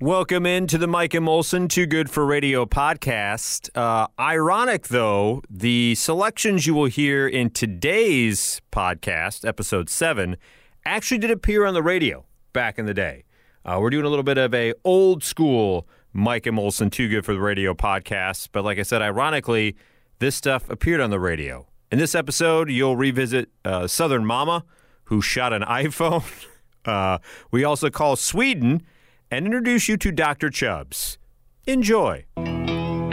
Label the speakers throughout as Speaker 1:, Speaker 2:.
Speaker 1: Welcome in to the Mike and Molson Too Good for Radio podcast. Uh, ironic, though, the selections you will hear in today's podcast, episode seven, actually did appear on the radio back in the day. Uh, we're doing a little bit of a old school Mike and Molson Too Good for the Radio podcast, but like I said, ironically, this stuff appeared on the radio. In this episode, you'll revisit uh, Southern Mama, who shot an iPhone. Uh, we also call Sweden and introduce you to Dr. Chubbs. Enjoy.
Speaker 2: Coming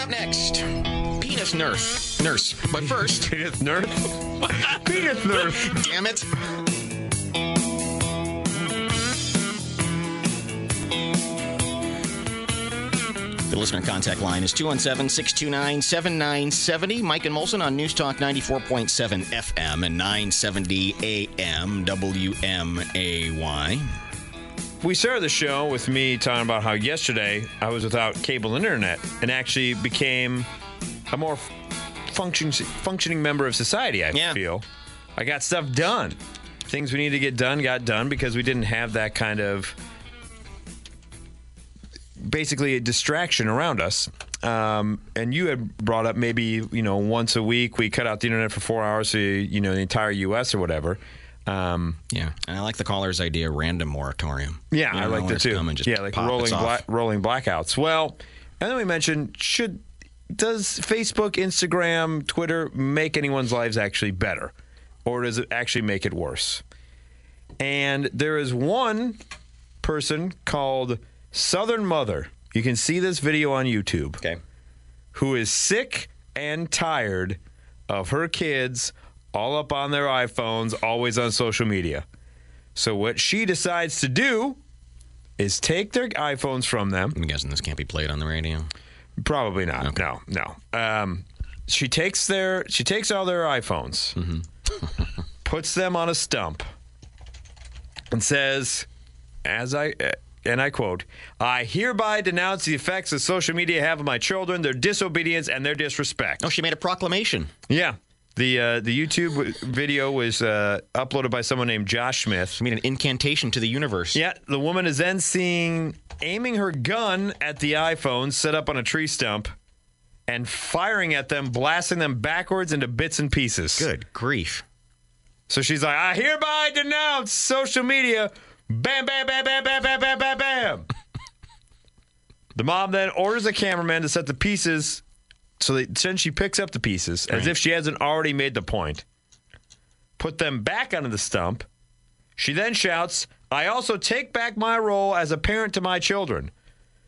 Speaker 2: up next, penis nurse. Nurse. But first,
Speaker 1: Penis nurse. Penis nurse.
Speaker 2: damn it. The listener contact line is 217 629 7970. Mike and Molson on News Talk 94.7 FM and 970 AM WMAY.
Speaker 1: We started the show with me talking about how yesterday I was without cable internet and actually became a more function, functioning member of society, I
Speaker 2: Yeah.
Speaker 1: feel. I got stuff done. Things we need to get done got done because we didn't have that kind of basically a distraction around us. Um, and you had brought up maybe you know once a week we cut out the internet for four hours to you know the entire U.S. or whatever. Um,
Speaker 2: Yeah. And I like the caller's idea random moratorium.
Speaker 1: yeah,
Speaker 2: You
Speaker 1: I
Speaker 2: don't know
Speaker 1: like
Speaker 2: when
Speaker 1: that
Speaker 2: it's
Speaker 1: too.
Speaker 2: coming, just
Speaker 1: yeah, like
Speaker 2: pop,
Speaker 1: rolling
Speaker 2: it's off.
Speaker 1: bla- rolling blackouts. Well, and then we mentioned should does Facebook, Instagram, Twitter make anyone's lives actually better, or does it actually make it worse? And there is one person called Southern Mother. You can see this video on YouTube
Speaker 2: Okay.
Speaker 1: who is sick and tired of her kids all up on their iPhones, always on social media. So, what she decides to do is take their iPhones from them.
Speaker 2: I'm guessing this can't be played on the radio.
Speaker 1: Probably not. No, no. Um, she takes their she takes all their iPhones, puts them on a stump, and says, as I uh, and I quote, "I hereby denounce the effects that social media have on my children, their disobedience, and their disrespect."
Speaker 2: Oh, she made a proclamation.
Speaker 1: Yeah. The uh, the YouTube w- video was uh, uploaded by someone named Josh Smith.
Speaker 2: I mean, an incantation to the universe.
Speaker 1: Yeah, the woman is then seen aiming her gun at the iPhone set up on a tree stump and firing at them, blasting them backwards into bits and pieces.
Speaker 2: Good grief.
Speaker 1: So she's like, I hereby denounce social media. Bam, bam, bam, bam, bam, bam, bam, bam, bam. the mom then orders a cameraman to set the pieces. So they, then she picks up the pieces as if she hasn't already made the point. Put them back onto the stump. She then shouts, I also take back my role as a parent to my children.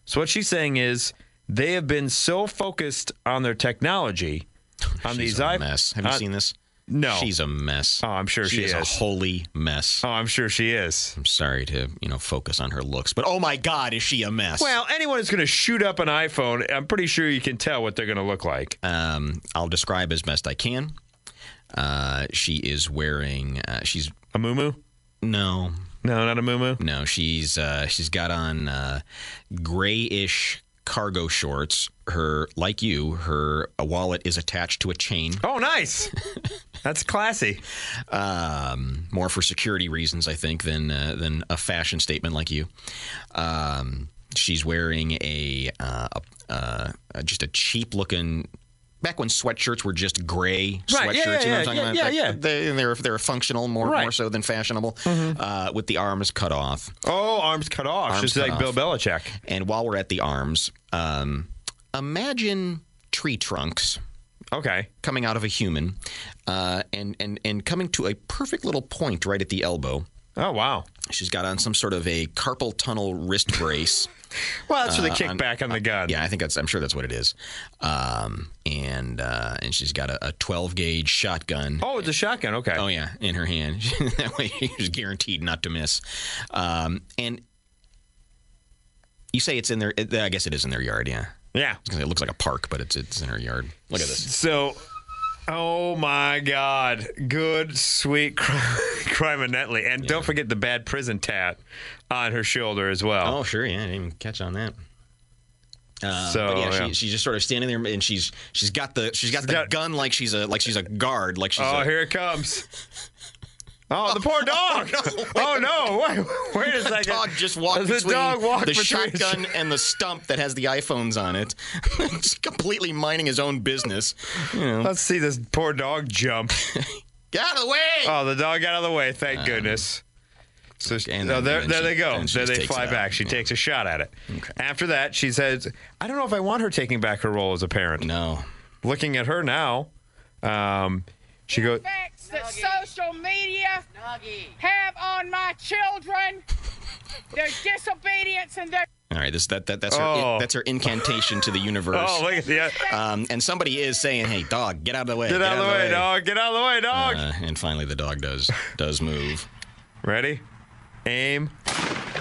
Speaker 1: So what she's saying is they have been so focused on their technology on
Speaker 2: She's
Speaker 1: these
Speaker 2: a
Speaker 1: iP-
Speaker 2: mess. Have you
Speaker 1: on-
Speaker 2: seen this?
Speaker 1: no.
Speaker 2: She's a mess.
Speaker 1: Oh, I'm sure she
Speaker 2: a
Speaker 1: is.
Speaker 2: holy mess.
Speaker 1: Oh, I'm sure she is.
Speaker 2: I'm sorry to, you know, focus on her looks, but oh my God, is she a mess?
Speaker 1: Well, anyone who's going to shoot up an iPhone, I'm pretty sure you can tell what they're going to look like.
Speaker 2: um, I'll describe as best I can. Uh, she is wearing. Uh, she's
Speaker 1: A moo
Speaker 2: no,
Speaker 1: No, not a moo
Speaker 2: no. She's uh, she's got on uh, grayish cargo shorts. Her like you, her wallet is attached to a chain.
Speaker 1: Oh, nice. That's classy.
Speaker 2: um, more for security reasons, I think, than uh, than a fashion statement like you. Um, she's wearing a, uh, a uh, just a cheap looking. Back when sweatshirts were just gray
Speaker 1: Right,
Speaker 2: sweatshirts,
Speaker 1: yeah, yeah,
Speaker 2: you know what I'm
Speaker 1: yeah,
Speaker 2: talking
Speaker 1: yeah,
Speaker 2: about?
Speaker 1: yeah,
Speaker 2: Like,
Speaker 1: yeah.
Speaker 2: They, they're they're functional more more
Speaker 1: Right. Mm-hmm.
Speaker 2: so than fashionable, uh, with the arms cut off.
Speaker 1: Oh, arms cut off,
Speaker 2: Arms
Speaker 1: just
Speaker 2: cut
Speaker 1: like
Speaker 2: off.
Speaker 1: Bill Belichick.
Speaker 2: And while we're at the arms, um, imagine tree trunks
Speaker 1: Okay.
Speaker 2: coming out of a human, uh, and and and coming to a perfect little point right at the elbow.
Speaker 1: Oh, wow.
Speaker 2: She's got on some sort of a carpal tunnel wrist brace.
Speaker 1: Well, that's for the kickback on the gun.
Speaker 2: Uh, yeah, I think that's. I'm sure that's what it is. Um, and uh, and she's got a, a 12 gauge shotgun.
Speaker 1: Oh, it's a shotgun. Okay.
Speaker 2: Oh yeah, in her hand. that way she's guaranteed not to miss. Um, and you say it's in their. I guess it is in their yard. Yeah,
Speaker 1: Yeah.
Speaker 2: it looks like a park, but it's it's in her yard. Look at this.
Speaker 1: So, oh my God. Good, sweet crime and Netley. And don't forget the bad prison tat on her shoulder as well.
Speaker 2: Oh sure, yeah, I didn't even catch on that. Uh,
Speaker 1: So,
Speaker 2: but yeah,
Speaker 1: yeah.
Speaker 2: She, she's just sort of standing there, and she's she's got the she's got the
Speaker 1: got-
Speaker 2: gun like she's a like she's a guard, like she's
Speaker 1: Oh,
Speaker 2: a,
Speaker 1: here it comes. Oh, the poor dog! Oh no! Wait, where does that
Speaker 2: dog
Speaker 1: get-
Speaker 2: just walked
Speaker 1: the
Speaker 2: between
Speaker 1: dog walked
Speaker 2: the
Speaker 1: between-
Speaker 2: shotgun and the stump that has the iPhones on it, just completely minding his own business. You know,
Speaker 1: Let's see this poor dog jump.
Speaker 2: get out of the way!
Speaker 1: Oh, the dog got out of the way. Thank goodness. So she-
Speaker 2: Um, and
Speaker 1: no,
Speaker 2: then-
Speaker 1: there,
Speaker 2: then
Speaker 1: there
Speaker 2: she-
Speaker 1: they go.
Speaker 2: then she
Speaker 1: There
Speaker 2: just
Speaker 1: they
Speaker 2: takes
Speaker 1: fly
Speaker 2: it out.
Speaker 1: back. She takes a shot at it. After that, she says, "I don't know if I want her taking back her role as a parent."
Speaker 2: No.
Speaker 1: Looking at her now, um, she goes,
Speaker 3: effects that social media have on my children, their disobedience and their
Speaker 2: All right, this that, that that's her
Speaker 1: Oh.
Speaker 2: that's her incantation to the universe.
Speaker 1: "Oh, look at the
Speaker 2: Um, and somebody is saying, "Hey, dog, get out of the way!
Speaker 1: get out of the way, dog! Get out of the way, dog!"
Speaker 2: Uh, and finally, the dog does does move.
Speaker 1: Ready? Aim.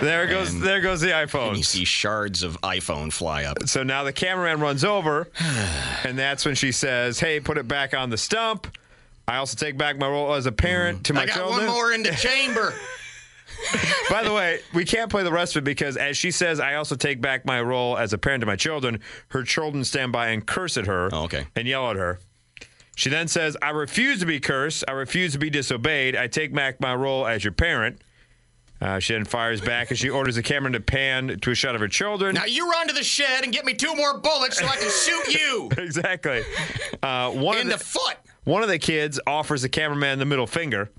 Speaker 1: There goes.
Speaker 2: And-
Speaker 1: there goes the
Speaker 2: And you
Speaker 1: iPhone.
Speaker 2: see shards of iPhone fly up.
Speaker 1: So now the cameraman runs over, and that's when she says, "Hey, put it back on the stump." I also take back my role as a parent to my
Speaker 2: Mm-hmm. I got
Speaker 1: children.
Speaker 2: one more in the chamber.
Speaker 1: By the way, we can't play the rest of it because, as she says, I also take back my role as a parent to my children. Her children stand by and curse at her
Speaker 2: Oh, okay.
Speaker 1: and yell at her. She then says, I refuse to be cursed. I refuse to be disobeyed. I take back my role as your parent. Uh, she then fires back and she orders the camera to pan to a shot of her children.
Speaker 2: now you run to the shed and get me two more bullets so I can shoot you
Speaker 1: exactly. Uh, one,
Speaker 2: in the
Speaker 1: of the,
Speaker 2: foot.
Speaker 1: one of the kids offers the cameraman the middle finger.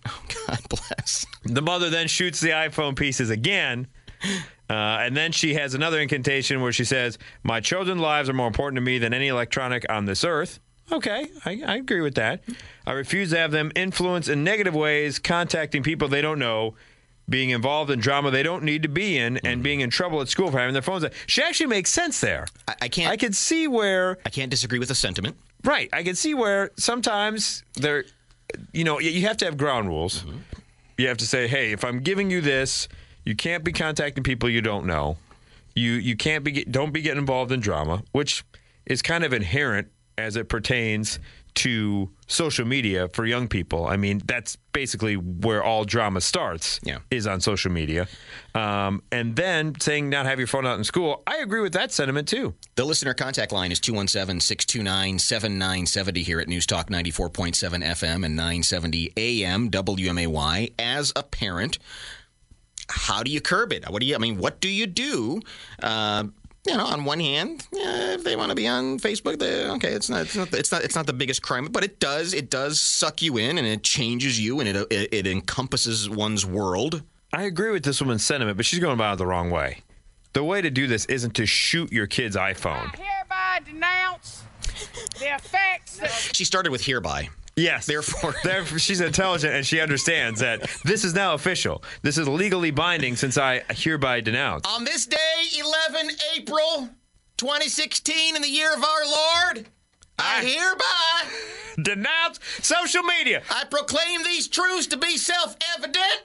Speaker 2: God bless.
Speaker 1: The mother then shoots the iPhone pieces again. Uh, and then she has another incantation where she says, My children's lives are more important to me than any electronic on this earth. Okay, I, I agree with that. I refuse to have them influence in negative ways, contacting people they don't know, being involved in drama they don't need to be in,
Speaker 2: Mm-hmm.
Speaker 1: and being in trouble at school for having their phones. out." She actually makes sense there.
Speaker 2: I, I can't.
Speaker 1: I could see where
Speaker 2: I can't disagree with the sentiment.
Speaker 1: Right. I can see where sometimes there, you know, you have to have ground rules. You have to say, hey, if I'm giving you this, you can't be contacting people you don't know. You you can't be get, don't be getting involved in drama, which is kind of inherent as it pertains to social media for young people. I mean, that's basically where all drama starts.
Speaker 2: Yeah.
Speaker 1: is on social media, um, and then saying not have your phone out in school. I agree with that sentiment too.
Speaker 2: The listener contact line is 217 629 7970 here at News Talk 94.7 FM and 970 AM WMAY. As a parent, how do you curb it? What do you, I mean, what do you do? Uh, you know, on one hand, yeah, if they want to be on Facebook, they, okay, it's not, it's not, it's not, it's not the biggest crime, but it does, it does suck you in, and it changes you, and it, it, it encompasses one's world.
Speaker 1: I agree with this woman's sentiment, but she's going about it the wrong way. The way to do this isn't to shoot your kid's iPhone.
Speaker 3: I hereby denounce the effects that
Speaker 2: She started with hereby.
Speaker 1: Yes.
Speaker 2: Therefore-
Speaker 1: Therefore, she's intelligent and she understands that this is now official. This is legally binding since I hereby denounce.
Speaker 2: On this day, 11 April 2016, in the year of our Lord, I hereby
Speaker 1: Uh, Denounce social media.
Speaker 2: I proclaim these truths to be self-evident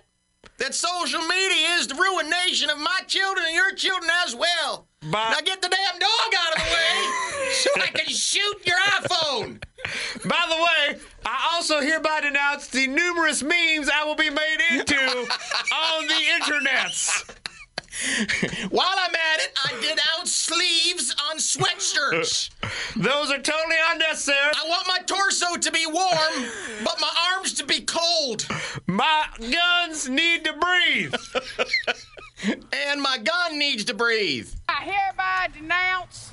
Speaker 2: that social media is the ruination of my children and your children as well.
Speaker 1: By-
Speaker 2: now get the damn dog out of the way so I can shoot your iPhone.
Speaker 1: By the way, I also hereby denounce the numerous memes I will be made into on the internets.
Speaker 2: While I'm at it, I did out sleeves on sweatshirts.
Speaker 1: Those are totally unnecessary.
Speaker 2: I want my torso to be warm, but my arms to be cold.
Speaker 1: My guns need to breathe.
Speaker 2: And my gun needs to breathe.
Speaker 3: I hereby denounce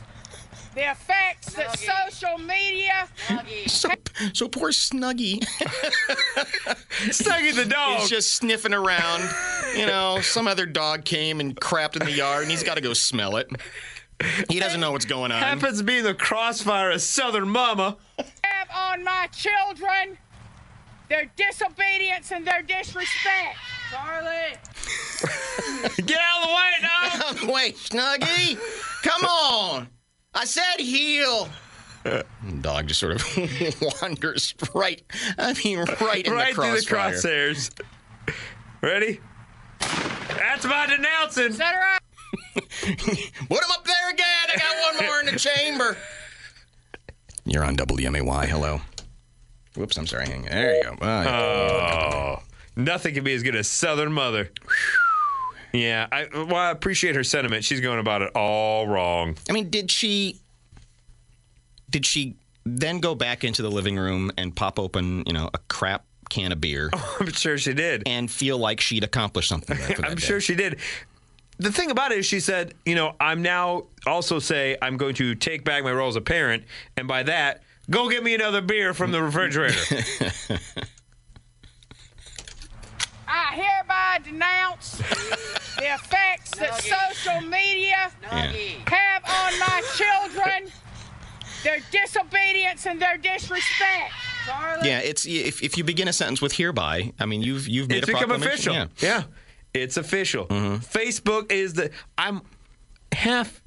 Speaker 3: the effects that social media
Speaker 2: So, so poor Snuggy
Speaker 1: Snuggy the dog.
Speaker 2: is just sniffing around. You know, some other dog came and crapped in the yard, and he's got to go smell it. He doesn't know what's going on.
Speaker 1: happens to be the crossfire of Southern Mama.
Speaker 3: have on my children, their disobedience and their disrespect. Charlie.
Speaker 1: Get out of the way, dog!
Speaker 2: Wait, Snuggy, come on! I said heel. Dog just sort of wanders right. I mean, right in
Speaker 1: right
Speaker 2: the
Speaker 1: through the
Speaker 2: crossfire.
Speaker 1: crosshairs. Ready? That's my denouncing.
Speaker 3: Set her up.
Speaker 2: Put him up there again. I got one more in the chamber. You're on WMAY. Hello. Whoops, I'm sorry. Hang on. There you go. Ah, yeah.
Speaker 1: Nothing can be as good as Southern Mother. Yeah, I, well, I appreciate her sentiment. She's going about it all wrong.
Speaker 2: I mean, did she did she then go back into the living room and pop open, you know, a crap can of beer
Speaker 1: I'm sure she did.
Speaker 2: and feel like she'd accomplished something. After that
Speaker 1: I'm
Speaker 2: day.
Speaker 1: sure she did. The thing about it is, she said, you know, I'm now also say I'm going to take back my role as a parent, and by that, go get me another beer from the refrigerator.
Speaker 3: I hereby denounce the effects that social media have on my children, their disobedience and their disrespect.
Speaker 2: Yeah, it's if, if you begin a sentence with hereby, I mean you've you've made
Speaker 1: it's
Speaker 2: a
Speaker 1: become
Speaker 2: proclamation.
Speaker 1: official.
Speaker 2: Yeah.
Speaker 1: Yeah. it's official. Facebook is the. I'm half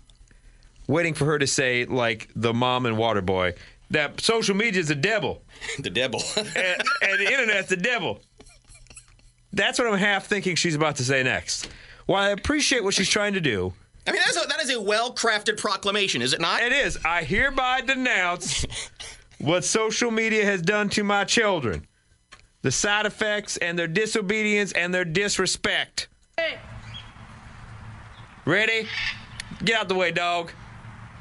Speaker 1: waiting for her to say like the mom and water boy that social media is the devil
Speaker 2: the devil.
Speaker 1: and, and the internet's the devil. That's what I'm half thinking she's about to say next. While I appreciate what she's trying to do.
Speaker 2: I mean that's a, that is a well crafted proclamation, is it not?
Speaker 1: It is. I hereby denounce what social media has done to my children. The side effects and their disobedience and their disrespect. Ready? Get out the way, dog.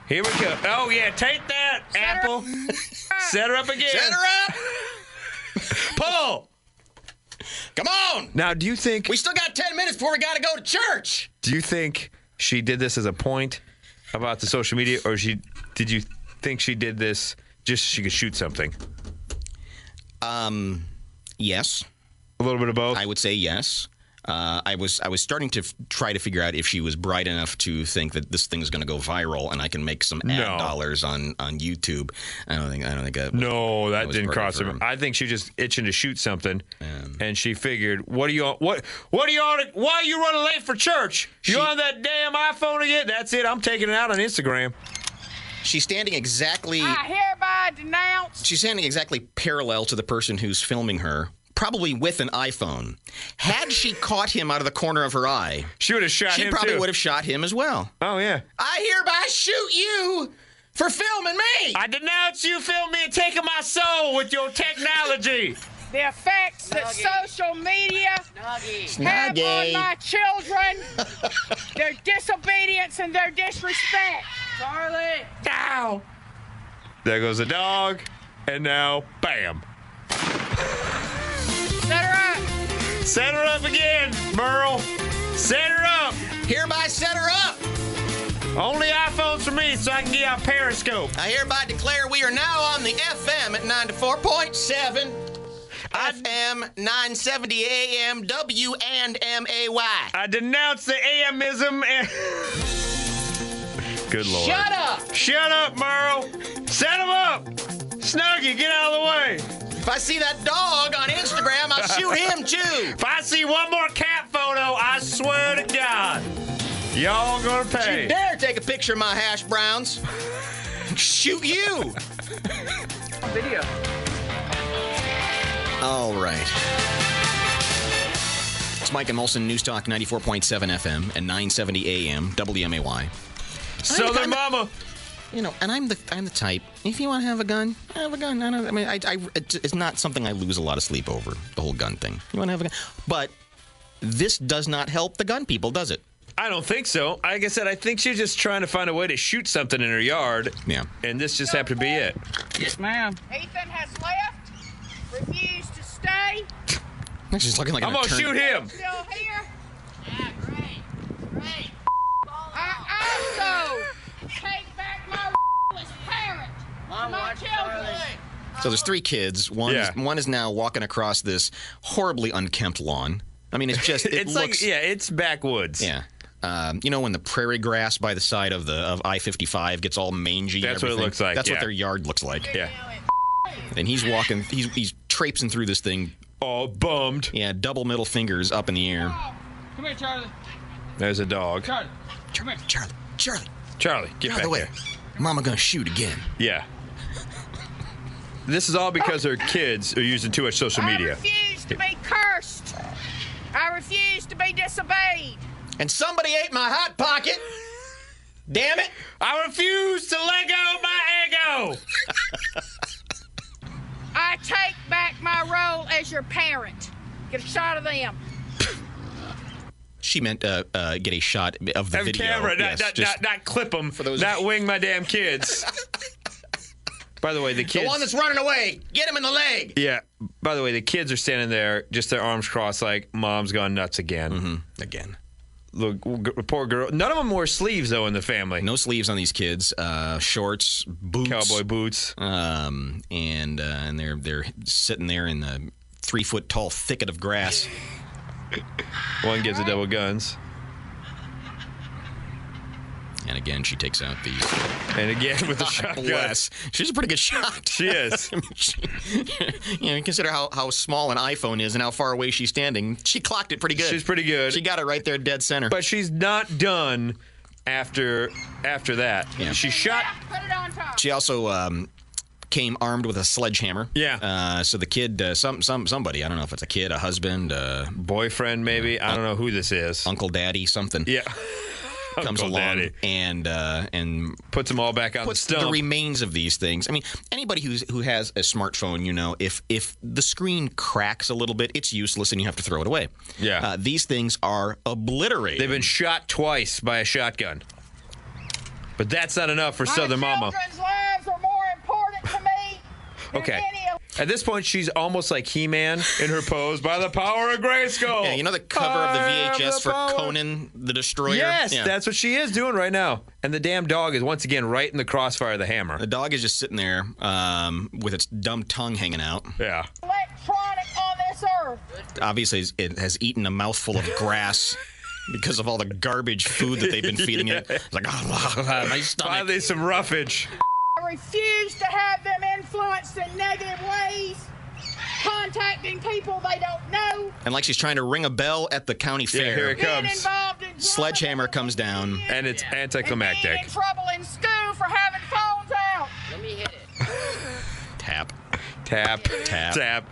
Speaker 1: Here we go. Oh yeah, take that, Apple. Set her up again.
Speaker 2: Set her up.
Speaker 1: Pull.
Speaker 2: Come on.
Speaker 1: Now, do you think
Speaker 2: We still got ten minutes before we got to go to church.
Speaker 1: do you think she did this as a point about the social media, or she did you think she did this just so she could shoot something?
Speaker 2: Um, yes,
Speaker 1: A little bit of both.
Speaker 2: I would say yes. Uh, I was I was starting to f- try to figure out if she was bright enough to think that this thing is going to go viral and I can make some ad
Speaker 1: No.
Speaker 2: dollars on on YouTube. I don't think I don't think uh, that.
Speaker 1: No, that
Speaker 2: was
Speaker 1: didn't
Speaker 2: perfect
Speaker 1: cross
Speaker 2: for
Speaker 1: her.
Speaker 2: him.
Speaker 1: I think she was just itching to shoot something, and she figured, "What are you on? What What are you on? Why are you running late for church? You on that damn iPhone again? That's it. I'm taking it out on Instagram.
Speaker 2: She's standing exactly.
Speaker 3: I hereby denounce
Speaker 2: She's standing exactly parallel to the person who's filming her, probably with an iPhone. Had she caught him out of the corner of her eye,
Speaker 1: She would have shot
Speaker 2: she
Speaker 1: him
Speaker 2: probably
Speaker 1: too.
Speaker 2: would have shot him as well.
Speaker 1: Oh yeah.
Speaker 2: I hereby shoot you for filming me.
Speaker 1: I denounce you, film me, and taking my soul with your technology.
Speaker 3: the effects that social media have on
Speaker 2: Snuggie.
Speaker 3: my children, their disobedience and their disrespect. Charlie.
Speaker 1: Ow. There goes the dog, and now, bam.
Speaker 3: Set her up.
Speaker 1: Set her up again, Merle. Set her up.
Speaker 2: hereby set her up.
Speaker 1: Only iPhones for me, so I can get out Periscope.
Speaker 2: I hereby declare we are now on the FM at 94.7. FM 970 AM W and M A Y.
Speaker 1: I denounce the AMism and. Good lord.
Speaker 2: Shut up!
Speaker 1: Shut up, Merle. Set him up. Snuggie, get out of the way.
Speaker 2: If I see that dog on Instagram, I'll shoot him too.
Speaker 1: If I see one more cat photo, I swear to God, y'all gonna
Speaker 2: You
Speaker 1: pay.
Speaker 2: dare take a picture of my hash browns? Shoot you!
Speaker 3: Video.
Speaker 2: All right. It's Mike and Molson, News Talk 94.7 FM and 970 AM, WMAY.
Speaker 1: Southern Mama.
Speaker 2: You know, and I'm the I'm the type. If you want to have a gun, have a gun. I don't. I mean, I, I it's it's not something I lose a lot of sleep over. The whole gun thing. You want to have a gun, but this does not help the gun people, does it?
Speaker 1: I don't think so. Like I said, I think she's just trying to find a way to shoot something in her yard.
Speaker 2: Yeah.
Speaker 1: And this just happened to be it.
Speaker 3: Yes, ma'am. Ethan has left, refused to stay,
Speaker 2: She's looking like
Speaker 1: I'm
Speaker 2: an
Speaker 1: gonna
Speaker 2: attorney.
Speaker 1: shoot him.
Speaker 3: still here. Yeah, Ah, great, great. I also take back my as parent, to my children.
Speaker 2: So there's three kids. One
Speaker 1: Yeah.
Speaker 2: is, one is now walking across this horribly unkempt lawn. I mean, it's just it
Speaker 1: It's
Speaker 2: looks
Speaker 1: like, yeah, it's backwoods.
Speaker 2: yeah. Um, you know when the prairie grass by the side of the of I-55 gets all mangy. and
Speaker 1: That's what it
Speaker 2: everything?
Speaker 1: looks like,
Speaker 2: That's
Speaker 1: yeah.
Speaker 2: what their yard looks like.
Speaker 1: Yeah.
Speaker 2: And he's walking. He's he's traipsing through this thing.
Speaker 1: All bummed.
Speaker 2: Yeah, double middle fingers up in the air.
Speaker 4: Come here, Charlie.
Speaker 1: There's a dog.
Speaker 4: Charlie. Come here.
Speaker 2: Charlie, Charlie,
Speaker 1: Charlie, get
Speaker 2: out
Speaker 1: back
Speaker 2: of the way.
Speaker 1: here.
Speaker 2: Mama gonna shoot again.
Speaker 1: Yeah. This is all because her kids are using too much social
Speaker 3: I
Speaker 1: media.
Speaker 3: refuse to be cursed. I refuse to be disobeyed.
Speaker 2: And somebody ate my hot pocket. Damn it!
Speaker 1: I refuse to let go of my ego.
Speaker 3: I take back my role as your parent. Get a shot of them.
Speaker 2: She meant uh, uh, get a shot of the
Speaker 1: Have
Speaker 2: video.
Speaker 1: camera, not,
Speaker 2: Yes,
Speaker 1: not,
Speaker 2: just
Speaker 1: not, not clip them, for
Speaker 2: those-
Speaker 1: not wing my damn kids. By the way, the kids.
Speaker 2: the one that's running away. Get him in the leg.
Speaker 1: yeah, by the way, the kids are standing there, just their arms crossed, like mom's gone nuts again.
Speaker 2: Mm-hmm. Mm, again.
Speaker 1: Look, g- poor girl. None of them wore sleeves though in the family.
Speaker 2: No sleeves on these kids. Uh, shorts, boots,
Speaker 1: Cowboy boots.
Speaker 2: um, and uh, and they're they're sitting there in the three foot tall thicket of grass. Uh-huh.
Speaker 1: One gives a double guns,
Speaker 2: And again, she takes out the
Speaker 1: and again with the shotgun.
Speaker 2: bless. She's a pretty good shot.
Speaker 1: She is.
Speaker 2: I mean, she, you know, consider how, how small an iPhone is and how far away she's standing. She clocked it pretty good.
Speaker 1: She's pretty good.
Speaker 2: She got it right there, dead center.
Speaker 1: but she's not done after after that.
Speaker 2: Yeah.
Speaker 1: She shot.
Speaker 3: Now put it on top.
Speaker 2: she also um, came armed with a sledgehammer.
Speaker 1: Yeah.
Speaker 2: Uh, so the kid, uh, some some somebody, I don't know if it's a kid, a husband, uh,
Speaker 1: Boyfriend, maybe. I don't know who this is.
Speaker 2: uncle, daddy, something,
Speaker 1: Yeah.
Speaker 2: comes
Speaker 1: Uncle
Speaker 2: along
Speaker 1: Daddy.
Speaker 2: and uh, and
Speaker 1: Puts them all back on
Speaker 2: puts
Speaker 1: the
Speaker 2: the
Speaker 1: stump.
Speaker 2: remains of these things. I mean, anybody who's who has a smartphone, you know, if if the screen cracks a little bit, it's useless and you have to throw it away.
Speaker 1: Yeah.
Speaker 2: Uh, these things are obliterated.
Speaker 1: They've been shot twice by a shotgun. But that's not enough for Southern
Speaker 3: My
Speaker 1: Mama.
Speaker 3: children's lives are more important to me than
Speaker 1: Okay.
Speaker 3: any of
Speaker 1: At this point, she's almost like He-Man in her pose by the power of Grayskull.
Speaker 2: Yeah, you know the cover of the
Speaker 1: I am
Speaker 2: VHS
Speaker 1: Oh, the
Speaker 2: for
Speaker 1: power-
Speaker 2: Conan the Destroyer?
Speaker 1: Yes,
Speaker 2: Yeah.
Speaker 1: that's what she is doing right now. And the damn dog is once again right in the crossfire of the hammer.
Speaker 2: The dog is just sitting there um, with its dumb tongue hanging out.
Speaker 1: Yeah.
Speaker 3: electronic on this earth.
Speaker 2: Obviously, it's- it has eaten a mouthful of grass because of all the garbage food that they've been feeding it. It's like, oh, my stomach.
Speaker 1: Finally, some roughage.
Speaker 3: I refuse to have them influenced in negative ways, contacting people they don't know,
Speaker 2: And like she's trying to ring a bell at the county
Speaker 1: Yeah, here
Speaker 2: fair.
Speaker 1: it
Speaker 3: being
Speaker 1: comes.
Speaker 3: involved in drama
Speaker 2: Sledgehammer comes down.
Speaker 1: And it's
Speaker 3: and being in
Speaker 1: anticlimactic.
Speaker 3: trouble in school for having phones out.
Speaker 2: Tap,
Speaker 1: Tap,
Speaker 2: Tap.
Speaker 1: tap,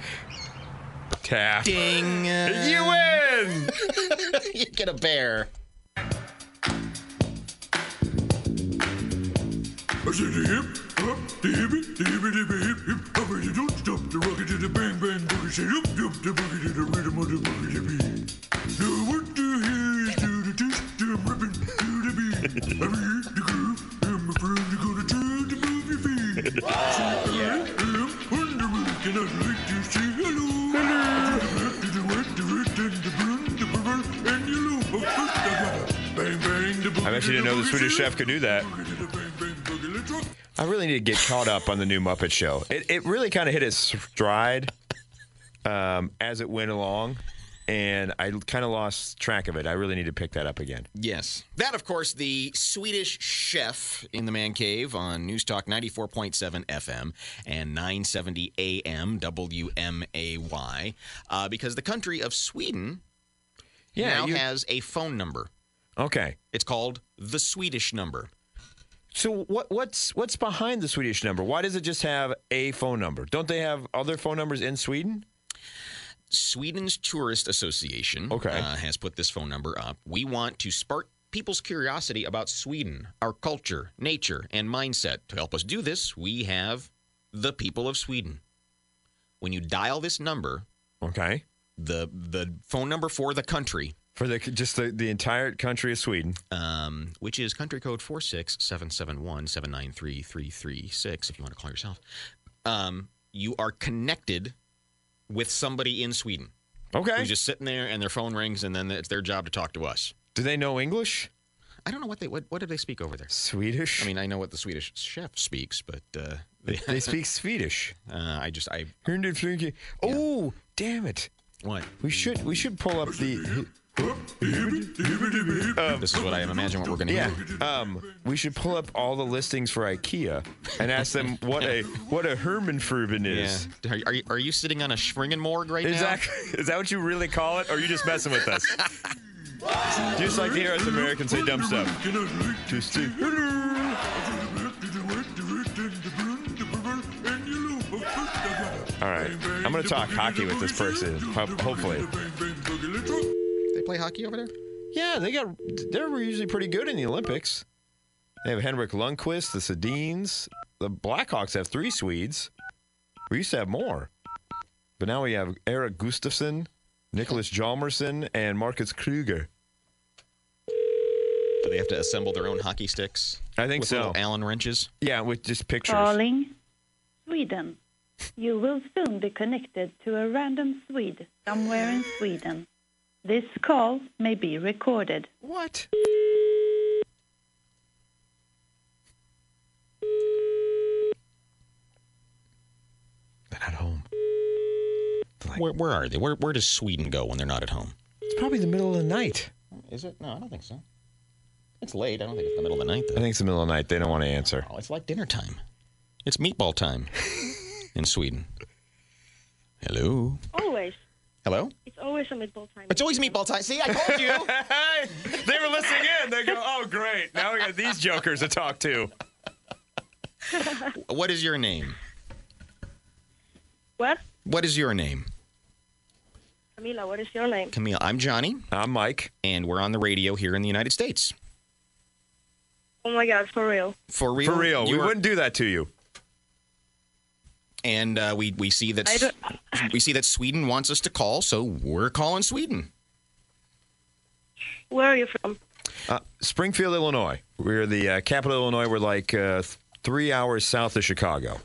Speaker 1: tap.
Speaker 2: ding. uh,
Speaker 1: You win!
Speaker 2: you get a bear.
Speaker 5: I said the hip, hop, the hippie, the hippie, the hippie, hip, hip, hop, and you don't stop the rocket to the bang, bang, boogie, say up, up, the boogie to the rhythm of the boogie to beat. Now what the hell is to the twist, I'm ripping to the beat. I'm in the groove, and my friends are gonna try to move your feet. So I am on the road, and I'd like to say hello. To the left, to the right, the red, and the blue, the purple, and yellow. But first I gotta bang, bang, the boogie
Speaker 1: I bet
Speaker 5: to
Speaker 1: you didn't know the
Speaker 5: boogie,
Speaker 1: Swedish
Speaker 5: say
Speaker 1: chef could do that.
Speaker 5: boogie to the bang, bang, boogie, let's rock.
Speaker 1: I really need to get caught up on the new Muppet Show. It, it really kind of hit its stride um, as it went along, and I kind of lost track of it. I really need to pick that up again.
Speaker 2: Yes. That, of course, the Swedish chef in the man cave on News Talk 94.7 FM and 970 AM WMAY, uh, because the country of Sweden now
Speaker 1: you-
Speaker 2: has a phone number.
Speaker 1: okay.
Speaker 2: It's called the Swedish number.
Speaker 1: So what what's what's behind the Swedish number? Why does it just have a phone number? Don't they have other phone numbers in Sweden?
Speaker 2: Sweden's Tourist Association
Speaker 1: Okay.
Speaker 2: uh, has put this phone number up. We want to spark people's curiosity about Sweden, our culture, nature, and mindset. To help us do this, we have the people of Sweden. When you dial this number,
Speaker 1: Okay.
Speaker 2: the the phone number for the country,
Speaker 1: For the just the, the entire country of Sweden.
Speaker 2: um, which is country code four six seven seven one seven nine three three three six, if you want to call yourself, um, you are connected with somebody in Sweden.
Speaker 1: Okay.
Speaker 2: who's just sitting there and their phone rings and then it's their job to talk to us.
Speaker 1: do they know English?
Speaker 2: I don't know what they what what do they speak over there.
Speaker 1: Swedish?
Speaker 2: I mean, I know what the Swedish chef speaks, but uh, they,
Speaker 1: they speak Swedish.
Speaker 2: uh, I just I
Speaker 1: Oh, damn it.
Speaker 2: what
Speaker 1: We should we should pull up the
Speaker 2: this is what I imagine what we're gonna
Speaker 1: Um, Yeah.
Speaker 2: hear.
Speaker 1: Um, we should pull up all the listings for IKEA and ask them what a what a Hermanfruben is.
Speaker 2: Yeah. Are, you- are you, are you sitting on a Schwingenmorg right
Speaker 1: Is
Speaker 2: now?
Speaker 1: that is that what you really call it, or are you just messing with us? Do you just like to hear us Americans say dumb stuff? Just say hello.
Speaker 5: All
Speaker 1: All right, I'm gonna talk hockey with this person, ho- hopefully.
Speaker 2: They play hockey over there.
Speaker 1: Yeah, they got they're usually pretty good in the Olympics. They have Henrik Lundqvist, the Sedins. The Blackhawks have three Swedes. We used to have more, but now we have Eric Gustafsson, Nicholas Jalmerson, and Marcus Kruger.
Speaker 2: Do they have to assemble their own hockey sticks?
Speaker 1: I think
Speaker 2: with
Speaker 1: so.
Speaker 2: Little Allen wrenches.
Speaker 1: Yeah, with just pictures.
Speaker 6: Calling Sweden. You will soon be connected to a random Swede somewhere in Sweden. This call may be recorded.
Speaker 2: What?
Speaker 1: They're not home.
Speaker 2: Where, where are they? Where, where does Sweden go when they're not at home?
Speaker 1: It's probably the middle of the night.
Speaker 2: Is it? No, I don't think so. It's late. I don't think it's the middle of the night, though.
Speaker 1: I think it's the middle of the night. They don't want to answer.
Speaker 2: Oh, it's like dinner time. It's meatball time in Sweden. Hello.
Speaker 7: Always.
Speaker 2: Hello.
Speaker 7: It's always a meatball time.
Speaker 2: It's always meatball time. See, I told you.
Speaker 1: they were listening in. They go, oh, great. Now we got these jokers to talk to.
Speaker 2: what is your name?
Speaker 7: What?
Speaker 2: What is your name?
Speaker 7: Camila, what is your name?
Speaker 2: Camille. I'm Johnny,
Speaker 1: I'm Mike.
Speaker 2: and we're on the radio here in the United States.
Speaker 7: Oh my god, for real.
Speaker 2: For real.
Speaker 1: For real,
Speaker 2: you
Speaker 1: we
Speaker 2: are-
Speaker 1: wouldn't do that to you.
Speaker 2: And uh, we we see that
Speaker 7: I don't-
Speaker 2: we see that Sweden wants us to call, so we're calling Sweden.
Speaker 7: Where are you from?
Speaker 1: Uh, Springfield, Illinois. We're the uh, capital of Illinois. We're like uh, th- three hours south of Chicago.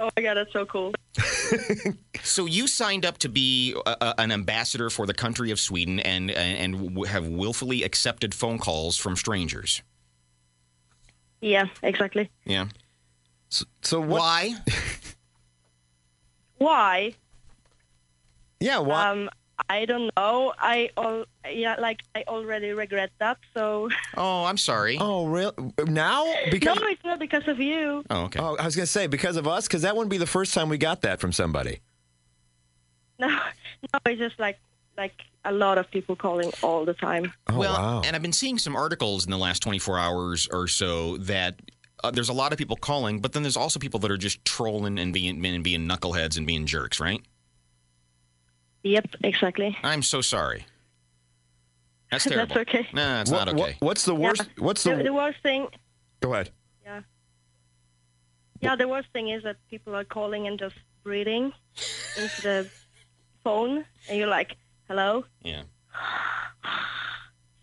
Speaker 7: Oh my god, that's so cool.
Speaker 2: So you signed up to be a, a, an ambassador for the country of Sweden, and and, and w- have willfully accepted phone calls from strangers.
Speaker 7: Yeah, exactly.
Speaker 2: Yeah.
Speaker 1: So, so what?
Speaker 2: Why?
Speaker 7: Why?
Speaker 1: Yeah, why?
Speaker 7: Um, I don't know. I all yeah, like I already regret that. So
Speaker 2: Oh, I'm sorry.
Speaker 1: oh, real? Now?
Speaker 7: no,
Speaker 1: Because
Speaker 7: it's not because of you.
Speaker 2: Oh, okay.
Speaker 1: oh, I was gonna say because of us, because that wouldn't be the first time we got that from somebody.
Speaker 7: No, no, it's just like like a lot of people calling all the time.
Speaker 1: Oh
Speaker 2: well,
Speaker 1: wow.
Speaker 2: and I've been seeing some articles in the last 24 hours or so that uh, there's a lot of people calling, but then there's also people that are just trolling and being and being knuckleheads and being jerks, right?
Speaker 7: Yep, exactly.
Speaker 2: I'm so sorry. That's
Speaker 7: That's
Speaker 2: terrible.
Speaker 7: okay.
Speaker 2: No, it's
Speaker 1: What-
Speaker 2: not
Speaker 1: what-
Speaker 2: okay.
Speaker 1: what's the worst?
Speaker 7: Yeah.
Speaker 1: What's the?
Speaker 7: The, the worst thing,
Speaker 1: go ahead.
Speaker 7: yeah, yeah. The worst thing is that people are calling and just breathing into the phone, and you're like, "Hello."
Speaker 2: Yeah.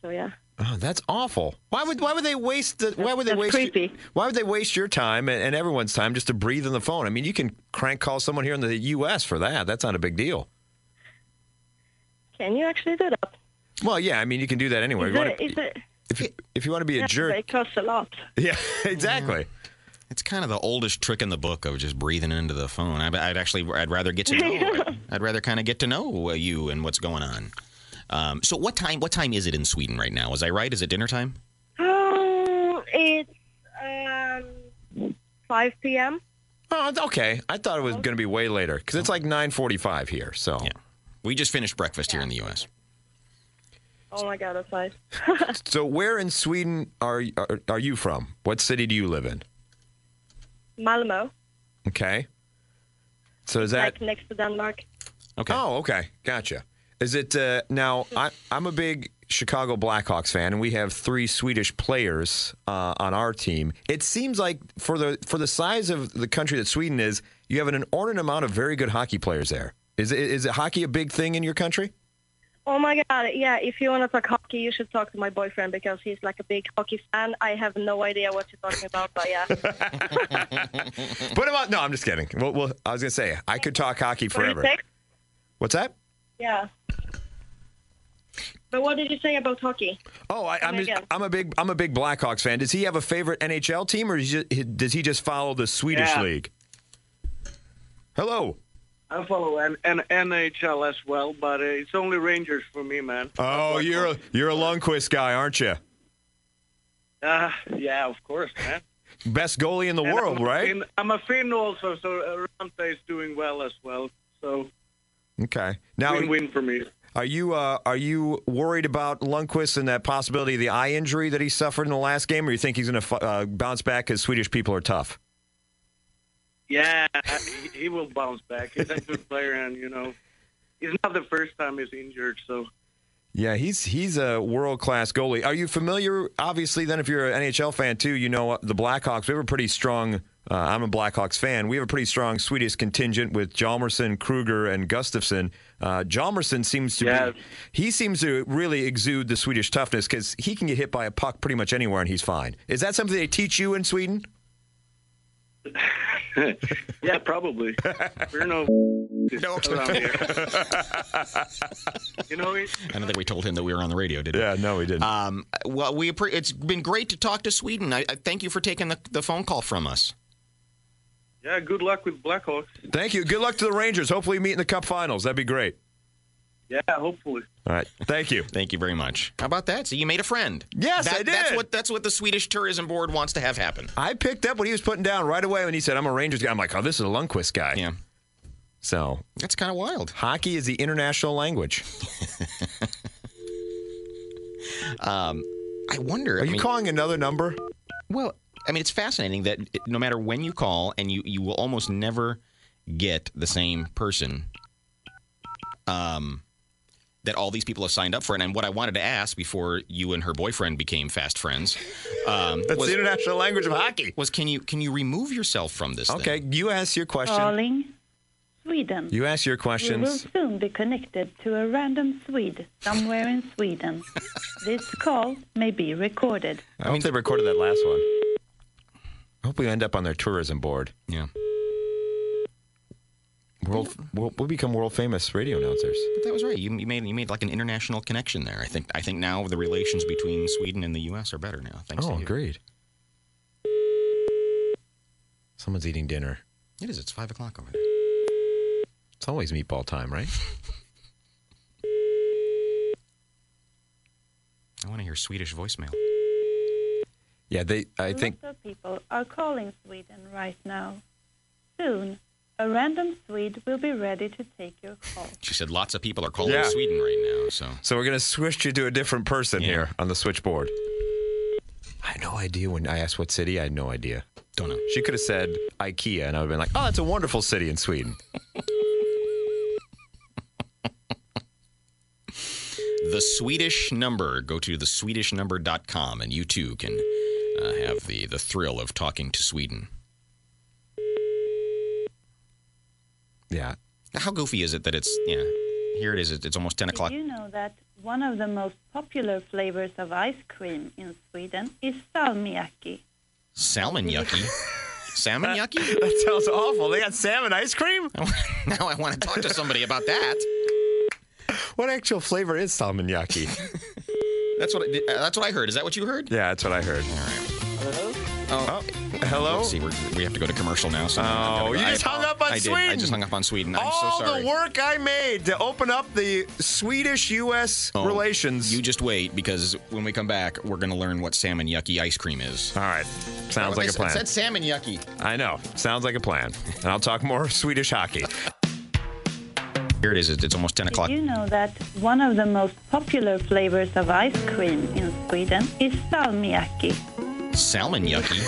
Speaker 7: So yeah,
Speaker 1: Oh, that's awful. Why would why would they waste the, why would they
Speaker 7: That's
Speaker 1: waste
Speaker 7: creepy.
Speaker 1: why would they waste your time and, and everyone's time just to breathe in the phone? I mean, you can crank call someone here in the U.S. for that. That's not a big deal.
Speaker 7: can you actually do that?
Speaker 1: Well, yeah, I mean, you can do that anyway. You
Speaker 7: Is it-
Speaker 1: wanna-
Speaker 7: is it-
Speaker 1: if, you- if you want to be a
Speaker 7: yeah,
Speaker 1: jerk,
Speaker 7: It costs a lot.
Speaker 1: yeah, exactly.
Speaker 2: It's kind of the oldest trick in the book of just breathing into the phone. I, I'd actually, I'd rather get to know. I'd rather kind of get to know uh, you and what's going on. Um, so what time? What time is it in Sweden right now? Is I right? Is it dinner time?
Speaker 7: Um, it's um, 5 p.m.
Speaker 1: Oh, it's okay. I thought it was going to be way later because it's like nine forty-five here. So,
Speaker 2: Yeah. We just finished breakfast here in the U.S.
Speaker 7: Oh my god, that's nice.
Speaker 1: so where in Sweden are, y- are are you from? What city do you live in?
Speaker 7: Malmo,
Speaker 1: Okay. So is that
Speaker 7: like next to Denmark.
Speaker 2: Okay.
Speaker 1: Oh, okay. Gotcha. Is it uh, now? I, I'm a big Chicago Blackhawks fan, and we have three Swedish players uh, on our team. It seems like for the for the size of the country that Sweden is, you have an inordinate amount of very good hockey players there. Is it, is it hockey a big thing in your country?
Speaker 7: Oh my god, yeah. If you want to talk hockey, you should talk to my boyfriend because he's like a big hockey fan. I have no idea what you're talking about, but yeah,
Speaker 1: Put him on. No, I'm just kidding. Well, well I was gonna say I could talk hockey
Speaker 7: What do you
Speaker 1: forever.
Speaker 7: say?
Speaker 1: What's that?
Speaker 7: yeah. But what did you say about hockey?
Speaker 1: Oh, I, I'm
Speaker 7: Come
Speaker 1: just,
Speaker 7: again.
Speaker 1: I'm a big I'm a big Blackhawks fan. Does he have a favorite NHL team, or is he, does he just follow the Swedish
Speaker 8: Yeah.
Speaker 1: league? Hello.
Speaker 8: I follow N- N- NHL as well, but uh, it's only Rangers for me, man.
Speaker 1: Oh, you're a, you're a Lundqvist guy, aren't you?
Speaker 8: Uh, yeah, of course, man.
Speaker 1: Best goalie in the
Speaker 8: And
Speaker 1: world,
Speaker 8: I'm a
Speaker 1: right?
Speaker 8: Finn- I'm a Finn also, so uh, Ranta is doing well as well. So
Speaker 1: Okay. Now,
Speaker 8: win-win for me.
Speaker 1: are you uh, are you worried about Lundqvist and that possibility of the eye injury that he suffered in the last game, or you think he's going to uh, bounce back because Swedish people are tough?
Speaker 8: Yeah, he, he will bounce back. He's a good player, and you know, it's not the first time he's injured. So
Speaker 1: Yeah, he's he's a world class goalie. Are you familiar? Obviously, then if you're an NHL fan too, you know uh, the Blackhawks. We have a pretty strong. Uh, I'm a Blackhawks fan. We have a pretty strong Swedish contingent with Jalmerson, Kruger, and Gustafsson. Uh, Jalmerson seems to
Speaker 8: Yeah.
Speaker 1: be he seems to really exude the Swedish toughness because he can get hit by a puck pretty much anywhere and he's fine. Is that something they teach you in Sweden?
Speaker 8: yeah, probably. We're no.
Speaker 1: Nope.
Speaker 8: around here. you know, it,
Speaker 2: I don't think we told him that we were on the radio, did we?
Speaker 1: Yeah, no, we didn't.
Speaker 2: Um, well, we appre- it's been great to talk to Sweden. I, I thank you for taking the, the phone call from us.
Speaker 8: yeah. Good luck with Blackhawks.
Speaker 1: Thank you. Good luck to the Rangers. Hopefully, meet in the Cup Finals. That'd be great.
Speaker 8: Yeah, hopefully.
Speaker 1: All right. Thank you.
Speaker 2: Thank you very much. How about that? So you made a friend.
Speaker 1: Yes,
Speaker 2: That-
Speaker 1: I did.
Speaker 2: That's what that's what the Swedish tourism board wants to have happen.
Speaker 1: I picked up what he was putting down right away when he said, "I'm a Rangers guy." I'm like, "Oh, this is a Lundqvist guy."
Speaker 2: Yeah,
Speaker 1: So
Speaker 2: that's kind of wild.
Speaker 1: hockey is the international language.
Speaker 2: I wonder.
Speaker 1: Are you calling another number?
Speaker 2: Well, I mean, it's fascinating that it- no matter when you call, and you you will almost never get the same person. Um. That all these people have signed up for, and what I wanted to ask before you and her boyfriend became fast friends, um,
Speaker 1: That's
Speaker 2: was,
Speaker 1: the international language of hockey.
Speaker 2: was can you can you remove yourself from this? thing?
Speaker 1: Okay, you ask your question.
Speaker 6: Darling, Sweden.
Speaker 1: You ask your
Speaker 6: You will
Speaker 1: questions.
Speaker 6: soon be connected to a random Swede somewhere in Sweden. This call may be recorded.
Speaker 1: I hope they recorded that last one. I hope we end up on their tourism board.
Speaker 2: Yeah.
Speaker 1: World, we'll, we'll become world famous radio announcers.
Speaker 2: But that was right. You, you made you made like an international connection there. I think I think now the relations between Sweden and the U.S. are better now. Thanks.
Speaker 1: Oh,
Speaker 2: to you.
Speaker 1: agreed. Someone's eating dinner.
Speaker 2: It is. It's five o'clock over there.
Speaker 1: It's always meatball time, right?
Speaker 2: I want to hear Swedish voicemail.
Speaker 1: Yeah, they. I
Speaker 6: Lots
Speaker 1: think
Speaker 6: of people are calling Sweden right now. Soon, a random Swede will be ready to take your call.
Speaker 2: She said lots of people are calling
Speaker 1: Yeah.
Speaker 2: Sweden right now. So
Speaker 1: so. We're gonna switch you to a different person
Speaker 2: Yeah.
Speaker 1: here on the switchboard. I had no idea when I asked what city. I had no idea.
Speaker 2: don't know.
Speaker 1: She could have said IKEA, and I would have been like, "Oh, that's a wonderful city in Sweden."
Speaker 2: The Swedish number. Go to the swedishnumber.com and you too can uh, have the the thrill of talking to Sweden.
Speaker 1: Yeah.
Speaker 2: How goofy is it that it's yeah? Here it is. It's it's almost ten o'clock.
Speaker 6: Did you know that one of the most popular flavors of ice cream in Sweden is salmiakki?
Speaker 2: Salmon yucky. Salmon yucky.
Speaker 1: That sounds awful. They got salmon ice cream.
Speaker 2: now I want to talk to somebody about that.
Speaker 1: What actual flavor is salmonyaki?
Speaker 2: That's what I, uh, that's what I heard. Is that what you heard?
Speaker 1: yeah, that's what I heard. Hello. Oh, hello.
Speaker 2: Let's see, we're, we have to go to commercial now. So now I've gotta
Speaker 1: Oh,
Speaker 2: go.
Speaker 1: you
Speaker 2: I-
Speaker 1: just hung up on
Speaker 2: I did. I
Speaker 1: Sweden.
Speaker 2: just hung up on Sweden. I'm
Speaker 1: All
Speaker 2: so sorry.
Speaker 1: the work I made to open up the Swedish-U.S.
Speaker 2: Oh,
Speaker 1: relations.
Speaker 2: You just wait because when we come back, we're going to learn what salmon yucky ice cream is.
Speaker 1: All right. Sounds like a plan.
Speaker 2: It said salmon yucky.
Speaker 1: I know. Sounds like a plan. And I'll talk more Swedish hockey.
Speaker 2: Here it is. It's it's almost 10
Speaker 6: Did
Speaker 2: o'clock.
Speaker 6: you know that one of the most popular flavors of ice cream in Sweden is salmiakki?
Speaker 2: Salmon yucky.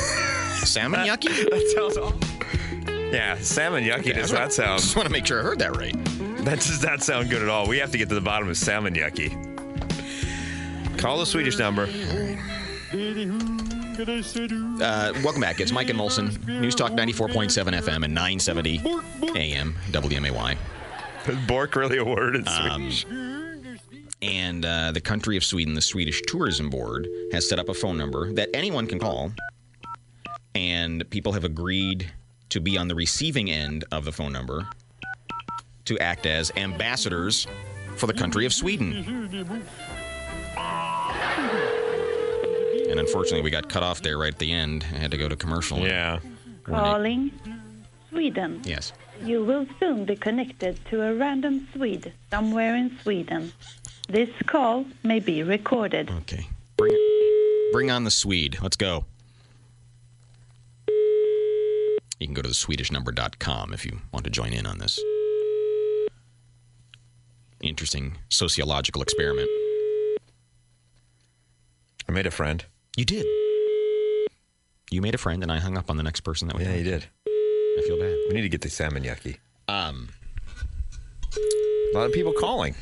Speaker 2: salmon yucky?
Speaker 1: That sounds awful. Yeah, salmon yucky does not
Speaker 2: I
Speaker 1: sound.
Speaker 2: just want to make sure I heard that right.
Speaker 1: That does not sound good at all. We have to get to the bottom of salmon yucky. Call the Swedish number.
Speaker 2: Uh, welcome back. It's Mike and Molson. News Talk 94.7 FM and 970 AM WMAY.
Speaker 1: Is Bork really a word in Swedish?
Speaker 2: And uh, the country of Sweden, the Swedish Tourism Board, has set up a phone number that anyone can call. And people have agreed to be on the receiving end of the phone number to act as ambassadors for the country of Sweden. And unfortunately, we got cut off there right at the end. I had to go to commercial.
Speaker 1: yeah.
Speaker 6: Calling Sweden.
Speaker 2: Yes.
Speaker 6: You will soon be connected to a random Swede somewhere in Sweden. This call may be recorded.
Speaker 2: Okay. Bring it. Bring on the Swede. Let's go. You can go to the swedishnumber.com if you want to join in on this. Interesting sociological experiment.
Speaker 1: I made a friend.
Speaker 2: You did. You made a friend and I hung up on the next person that we
Speaker 1: Yeah,
Speaker 2: had.
Speaker 1: you did.
Speaker 2: I feel bad.
Speaker 1: We need to get the salmon yucky.
Speaker 2: Um,
Speaker 1: A lot of people calling.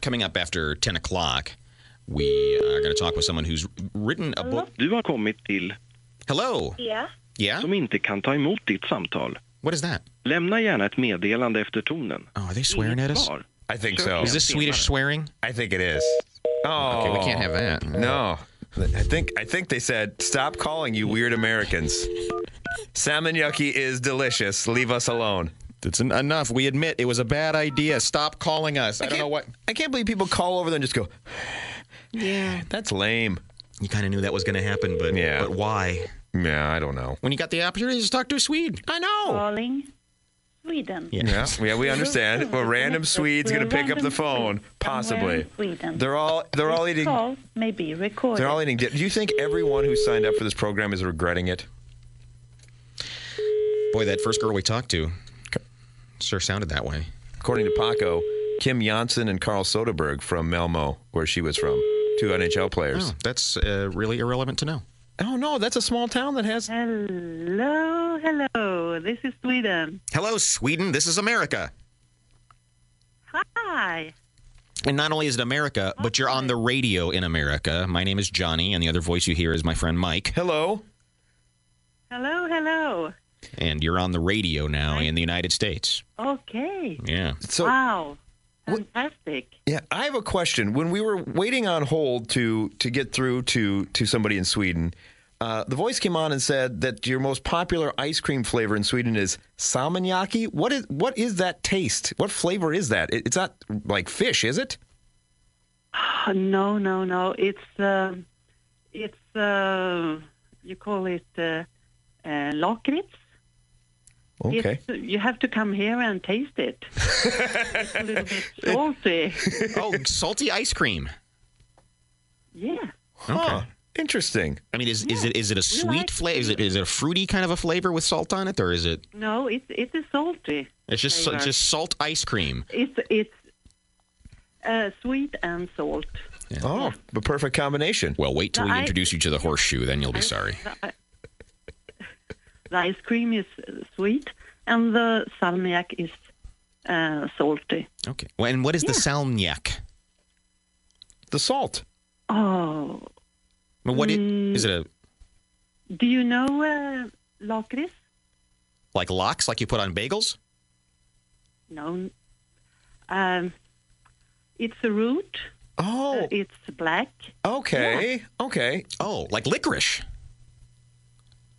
Speaker 2: coming up after 10 o'clock, we uh, are going to talk with someone who's written a book.
Speaker 8: Du har kommit till
Speaker 2: Hello.
Speaker 7: Yeah.
Speaker 2: Yeah?
Speaker 8: som inte kan ta emot ditt samtal.
Speaker 2: What is that?
Speaker 8: Lämna gärna ett meddelande efter tonen.
Speaker 2: Oh, are they swearing at us?
Speaker 8: Svar.
Speaker 1: I think so.
Speaker 2: Is this Swedish swearing?
Speaker 1: I think it is. Oh,
Speaker 2: Okay, we can't have that.
Speaker 1: No. I think I think they said stop calling you weird Americans. Salmon yucky is delicious. Leave us alone.
Speaker 2: That's en- enough. We admit it was a bad idea. Stop calling us. I, don't know what.
Speaker 1: I can't believe people call over there and just go, yeah, that's lame.
Speaker 2: You kind of knew that was going to happen, but
Speaker 1: Yeah.
Speaker 2: But why?
Speaker 1: Yeah, I don't know.
Speaker 2: When you got the opportunity to just talk to a Swede, I
Speaker 1: Oh.
Speaker 2: know.
Speaker 9: Calling Sweden.
Speaker 1: Yeah, yeah, we understand. A random
Speaker 9: Connected
Speaker 1: Swede's
Speaker 9: to a
Speaker 1: gonna pick up
Speaker 9: random
Speaker 1: the phone,
Speaker 9: Swede somewhere
Speaker 1: possibly.
Speaker 9: in Sweden.
Speaker 1: They're all they're all
Speaker 9: This
Speaker 1: eating.
Speaker 9: call may be recorded.
Speaker 1: They're all e- eating. dip. Do you think everyone who signed up for this program is regretting it?
Speaker 2: Boy, that first girl we talked to, sure sounded that way.
Speaker 1: According to Paco, Kim Janssen and Carl Soderberg from Melmo, where she was from, two NHL players.
Speaker 2: Oh, that's uh, really irrelevant to know.
Speaker 1: Oh, no, that's a small town that has.
Speaker 6: Hello, hello. This is Sweden.
Speaker 2: Hello, Sweden. This is America.
Speaker 6: Hi.
Speaker 2: And not only is it America, but you're on the radio in America. My name is Johnny, and the other voice you hear is my friend Mike.
Speaker 1: Hello.
Speaker 6: Hello, hello.
Speaker 2: And you're on the radio now in the United States.
Speaker 6: Okay.
Speaker 2: Yeah.
Speaker 1: So
Speaker 6: wow.
Speaker 1: What-
Speaker 6: Fantastic.
Speaker 1: yeah, I have a question. When we were waiting on hold to to get through to to somebody in Sweden, uh, the voice came on and said that your most popular ice cream flavor in Sweden is salmiakki. What is what is that taste? What flavor is that? It, it's not like fish, is it?
Speaker 6: Oh, no, no, no. It's um, it's uh, you call it uh, uh, lakrits.
Speaker 1: Okay.
Speaker 6: It's- You have to come here and taste it. it's a little bit salty.
Speaker 2: oh, salty ice cream.
Speaker 6: yeah.
Speaker 1: Huh. Interesting.
Speaker 2: I mean, is, is it is it a
Speaker 6: like
Speaker 2: sweet flavor? Is it is it a fruity kind of a flavor with salt on it, or is it
Speaker 6: No, it's it is salty.
Speaker 2: it's just
Speaker 6: Flavor.
Speaker 2: just salt ice cream?
Speaker 6: It's it's uh, sweet and salt.
Speaker 1: Oh, the perfect combination.
Speaker 2: Well, wait till
Speaker 6: The
Speaker 2: we
Speaker 6: ice-
Speaker 2: introduce you to the horseshoe, then you'll be
Speaker 6: Ice-
Speaker 2: sorry.
Speaker 6: The, i- the ice cream is uh, sweet, and the salmiak is uh, salty.
Speaker 2: Okay. Well, and what is the salmiak?
Speaker 1: The salt.
Speaker 6: Oh,
Speaker 2: I mean, What i-
Speaker 6: Mm.
Speaker 2: is it? A
Speaker 6: do you know uh, lakrits?
Speaker 2: like locks, like you put on bagels?
Speaker 6: No. Um, it's a root.
Speaker 1: Oh,
Speaker 6: Uh, it's black.
Speaker 1: okay. Okay.
Speaker 2: Oh, like licorice.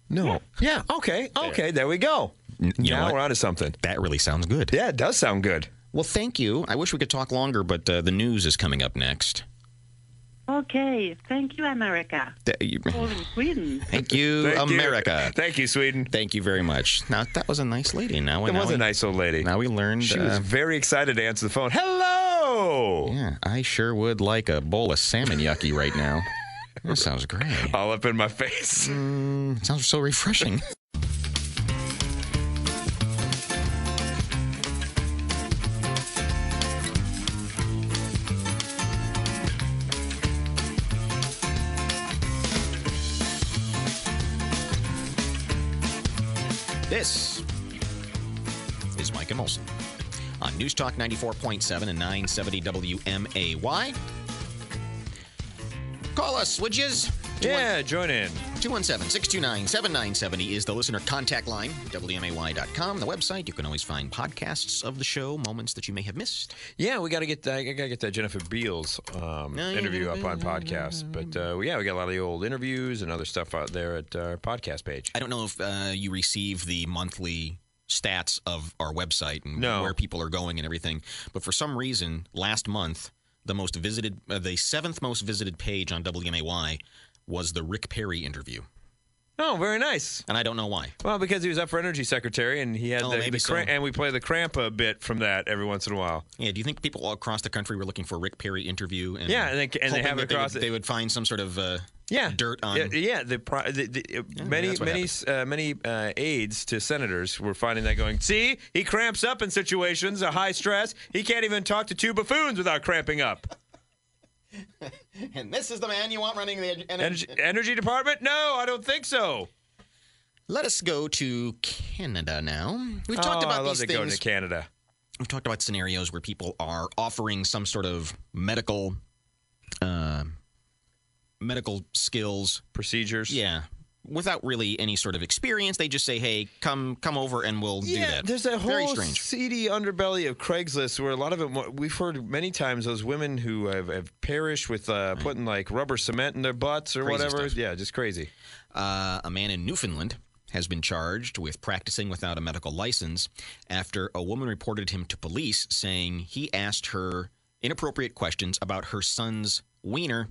Speaker 1: No. Yeah. Okay. Okay. There we go.
Speaker 2: you know
Speaker 1: now
Speaker 2: what?
Speaker 1: we're onto something.
Speaker 2: That really sounds good.
Speaker 1: Yeah, it does sound good.
Speaker 2: Well, thank you. I wish we could talk longer, but uh, the news is coming up next.
Speaker 6: Okay. Thank you, America.
Speaker 2: Th- you-
Speaker 6: Calling Sweden.
Speaker 2: Thank you,
Speaker 1: Thank you.
Speaker 2: America.
Speaker 1: Thank you, Sweden.
Speaker 2: Thank you very much. Now that was a nice lady. Now,
Speaker 1: That
Speaker 2: now
Speaker 1: was
Speaker 2: we,
Speaker 1: a nice old lady.
Speaker 2: Now we learned.
Speaker 1: She
Speaker 2: uh,
Speaker 1: was very excited to answer the phone. Hello.
Speaker 2: Yeah, I sure would like a bowl of salmon yucky right now. That sounds great.
Speaker 1: All up in my face.
Speaker 2: It Mm, sounds so refreshing. This is Mike and Molson on News Talk 94.7 and 970 WMAY. Call us, would yous?
Speaker 1: Yeah, join in.
Speaker 2: 217-629-7970 is the listener contact line wmay.com the website you can always find podcasts of the show moments that you may have missed
Speaker 1: Yeah, we got to get that. I gotta get that Jennifer Beals um,
Speaker 2: yeah,
Speaker 1: interview
Speaker 2: yeah,
Speaker 1: up on podcast. But uh, yeah, we got a lot of the old interviews and other stuff out there at our podcast page.
Speaker 2: i don't know if uh, you receive the monthly stats of our website and
Speaker 1: No.
Speaker 2: where people are going and everything but for some reason last month the most visited uh, the seventh most visited page on wmay was the rick perry interview
Speaker 1: Oh, very nice.
Speaker 2: and i don't know why
Speaker 1: Well, because he was up for energy secretary, and he had
Speaker 2: Oh,
Speaker 1: the,
Speaker 2: maybe
Speaker 1: the cramp,
Speaker 2: so.
Speaker 1: and we play the cramp a bit from that every once in a while.
Speaker 2: yeah do you think people all across the country were looking for a rick perry interview and
Speaker 1: Yeah, and they- and they
Speaker 2: hoping
Speaker 1: have it
Speaker 2: that
Speaker 1: across
Speaker 2: they
Speaker 1: it.
Speaker 2: would, they would find some sort of uh,
Speaker 1: Yeah,
Speaker 2: dirt on
Speaker 1: Yeah, yeah, the, pro- the, the many
Speaker 2: that's what
Speaker 1: many uh, many uh, aides to senators were finding that going. See, he cramps up in situations of high stress. He can't even talk to two buffoons without cramping up.
Speaker 2: And this is the man you want running the energy.
Speaker 1: Energy, energy department? No, I don't think so.
Speaker 2: Let us go to Canada now. We've
Speaker 1: Oh,
Speaker 2: talked
Speaker 1: I
Speaker 2: about
Speaker 1: love
Speaker 2: these
Speaker 1: to go to
Speaker 2: things.
Speaker 1: Canada.
Speaker 2: We've talked about scenarios where people are offering some sort of medical, uh, medical skills.
Speaker 1: Procedures.
Speaker 2: Yeah, without really any sort of experience, they just say, "Hey, come, come over, and we'll do
Speaker 1: Yeah,
Speaker 2: that."
Speaker 1: there's a
Speaker 2: Very
Speaker 1: whole
Speaker 2: strange.
Speaker 1: seedy underbelly of Craigslist where a lot of it. We've heard many times those women who have, have perished with uh, putting like rubber cement in their butts or
Speaker 2: Crazy
Speaker 1: whatever.
Speaker 2: stuff.
Speaker 1: Yeah, just crazy.
Speaker 2: Uh, a man in Newfoundland has been charged with practicing without a medical license after a woman reported him to police saying he asked her inappropriate questions about her son's wiener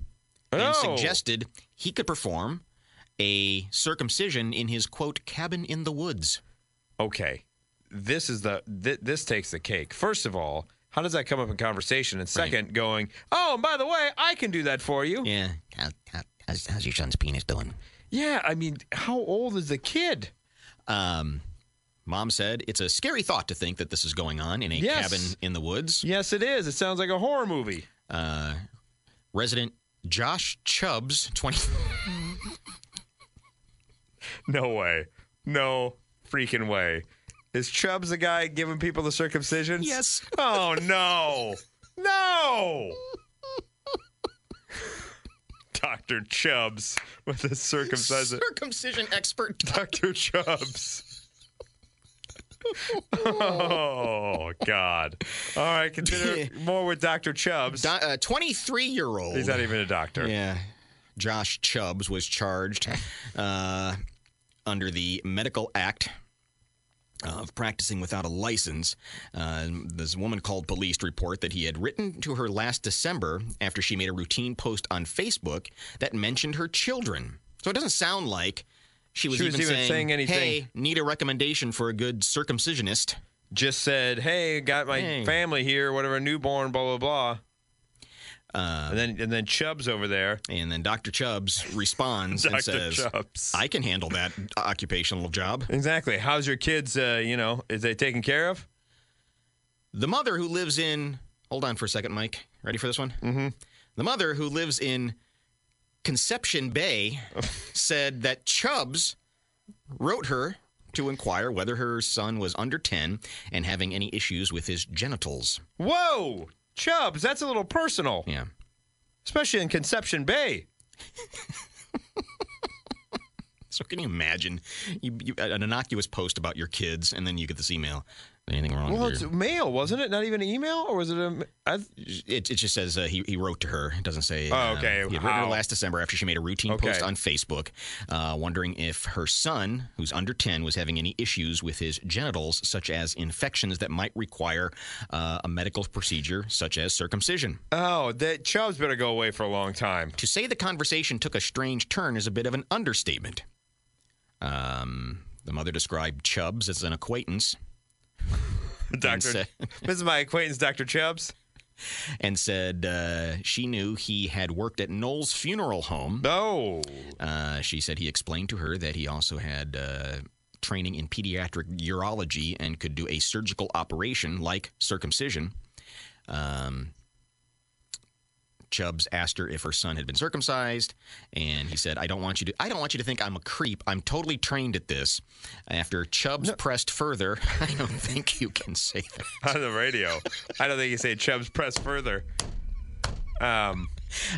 Speaker 2: and
Speaker 10: Oh.
Speaker 2: suggested he could perform a circumcision in his quote cabin in the woods.
Speaker 1: Okay. This is the th- this takes the cake. First of all, how does that come up in conversation? And second, going, oh, and by the way, I can do that for you.
Speaker 2: Yeah. how's, how's your son's penis doing?
Speaker 1: Yeah, I mean, how old is the kid?
Speaker 2: Um, mom said it's a scary thought to think that this is going on in a
Speaker 1: Yes.
Speaker 2: cabin in the woods.
Speaker 1: Yes, it is. It sounds like a horror movie.
Speaker 2: Uh, resident Josh Chubbs, twenty.
Speaker 1: No way. No freaking way. Is Chubbs the guy giving people the circumcisions?
Speaker 2: Yes.
Speaker 1: Oh no. No. Dr. Chubbs with a circumcised
Speaker 2: circumcision expert.
Speaker 1: Dr. Chubbs. oh God. All right, consider more with Dr. Chubbs.
Speaker 2: uh, 23 year old.
Speaker 1: He's not even a doctor.
Speaker 2: Yeah. Josh Chubbs was charged uh, under the Medical Act of practicing without a license. Uh, this woman called police to report that he had written to her last December after she made a routine post on Facebook that mentioned her children. So it doesn't sound like she was,
Speaker 1: She was even saying anything.
Speaker 2: Hey, need a recommendation for a good circumcisionist.
Speaker 1: Just said, "Hey, got my
Speaker 2: Hey.
Speaker 1: family here, whatever, newborn, blah blah blah." and then and then Chubbs over there,
Speaker 2: and then Dr. Chubbs responds and
Speaker 1: Dr.
Speaker 2: says,
Speaker 1: Chubbs.
Speaker 2: "I can handle that occupational job."
Speaker 1: Exactly. How's your kids? Uh, you know, is they taken care of?
Speaker 2: The mother who lives in hold on for a second, Mike. Ready for this one? Mm-hmm. The mother who lives in Conception Bay said that Chubbs wrote her to inquire whether her son was under 10 and having any issues with his genitals.
Speaker 1: Whoa, Chubbs, that's a little personal.
Speaker 2: Yeah.
Speaker 1: Especially in Conception Bay.
Speaker 2: So can you imagine you, you, an innocuous post about your kids and then you get this email? Anything wrong
Speaker 1: Well,
Speaker 2: with
Speaker 1: it's
Speaker 2: your-
Speaker 1: mail, wasn't it? Not even an email, or was it a? I,
Speaker 2: It, it just says uh, he, he wrote to her. It doesn't say.
Speaker 1: Oh,
Speaker 2: um,
Speaker 1: okay.
Speaker 2: he had written her
Speaker 1: How?
Speaker 2: last December after she made a routine
Speaker 1: Okay.
Speaker 2: post on Facebook, uh, wondering if her son, who's under 10, was having any issues with his genitals, such as infections that might require uh, a medical procedure, such as circumcision.
Speaker 1: Oh, that Chubbs better go away for a long time.
Speaker 2: To say the conversation took a strange turn is a bit of an understatement. Um, the mother described Chubbs as an acquaintance.
Speaker 1: Doctor, this is my acquaintance, Doctor Chubbs.
Speaker 2: and said uh, she knew he had worked at Noel's funeral home.
Speaker 1: No.
Speaker 2: Uh, she said he explained to her that he also had uh, training in pediatric urology and could do a surgical operation like circumcision. Um, Chubbs asked her if her son had been circumcised, and he said, "I don't want you to. I don't want you to think I'm a creep. I'm totally trained at this." After Chubbs pressed further, I don't think you can say that.
Speaker 1: on the radio. I don't think you say Chubbs press further. Um,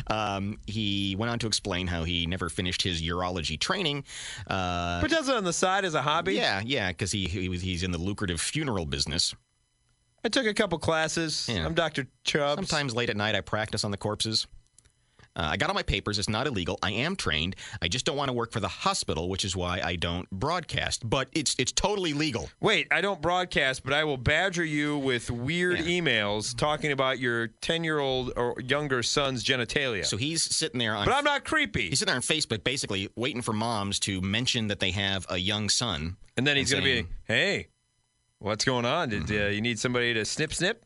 Speaker 2: um, he went on to explain how he never finished his urology training. Uh,
Speaker 1: But does it on the side as a hobby?
Speaker 2: Yeah, yeah, because he, he was he's in the lucrative funeral business.
Speaker 1: I took a couple classes. I'm Dr. Chubbs.
Speaker 2: Sometimes late at night, I practice on the corpses. Uh, I got all my papers. It's not illegal. I am trained. I just don't want to work for the hospital, which is why I don't broadcast. But it's it's totally legal.
Speaker 1: Wait, I don't broadcast, but I will badger you with weird emails talking about your 10 year old or younger son's genitalia.
Speaker 2: So he's sitting there on.
Speaker 1: But I'm not creepy.
Speaker 2: He's sitting there on Facebook, basically waiting for moms to mention that they have a young son.
Speaker 1: And then he's going to
Speaker 2: saying-
Speaker 1: be, hey, what's going on? Did
Speaker 2: Mm-hmm.
Speaker 1: uh, you need somebody to snip snip?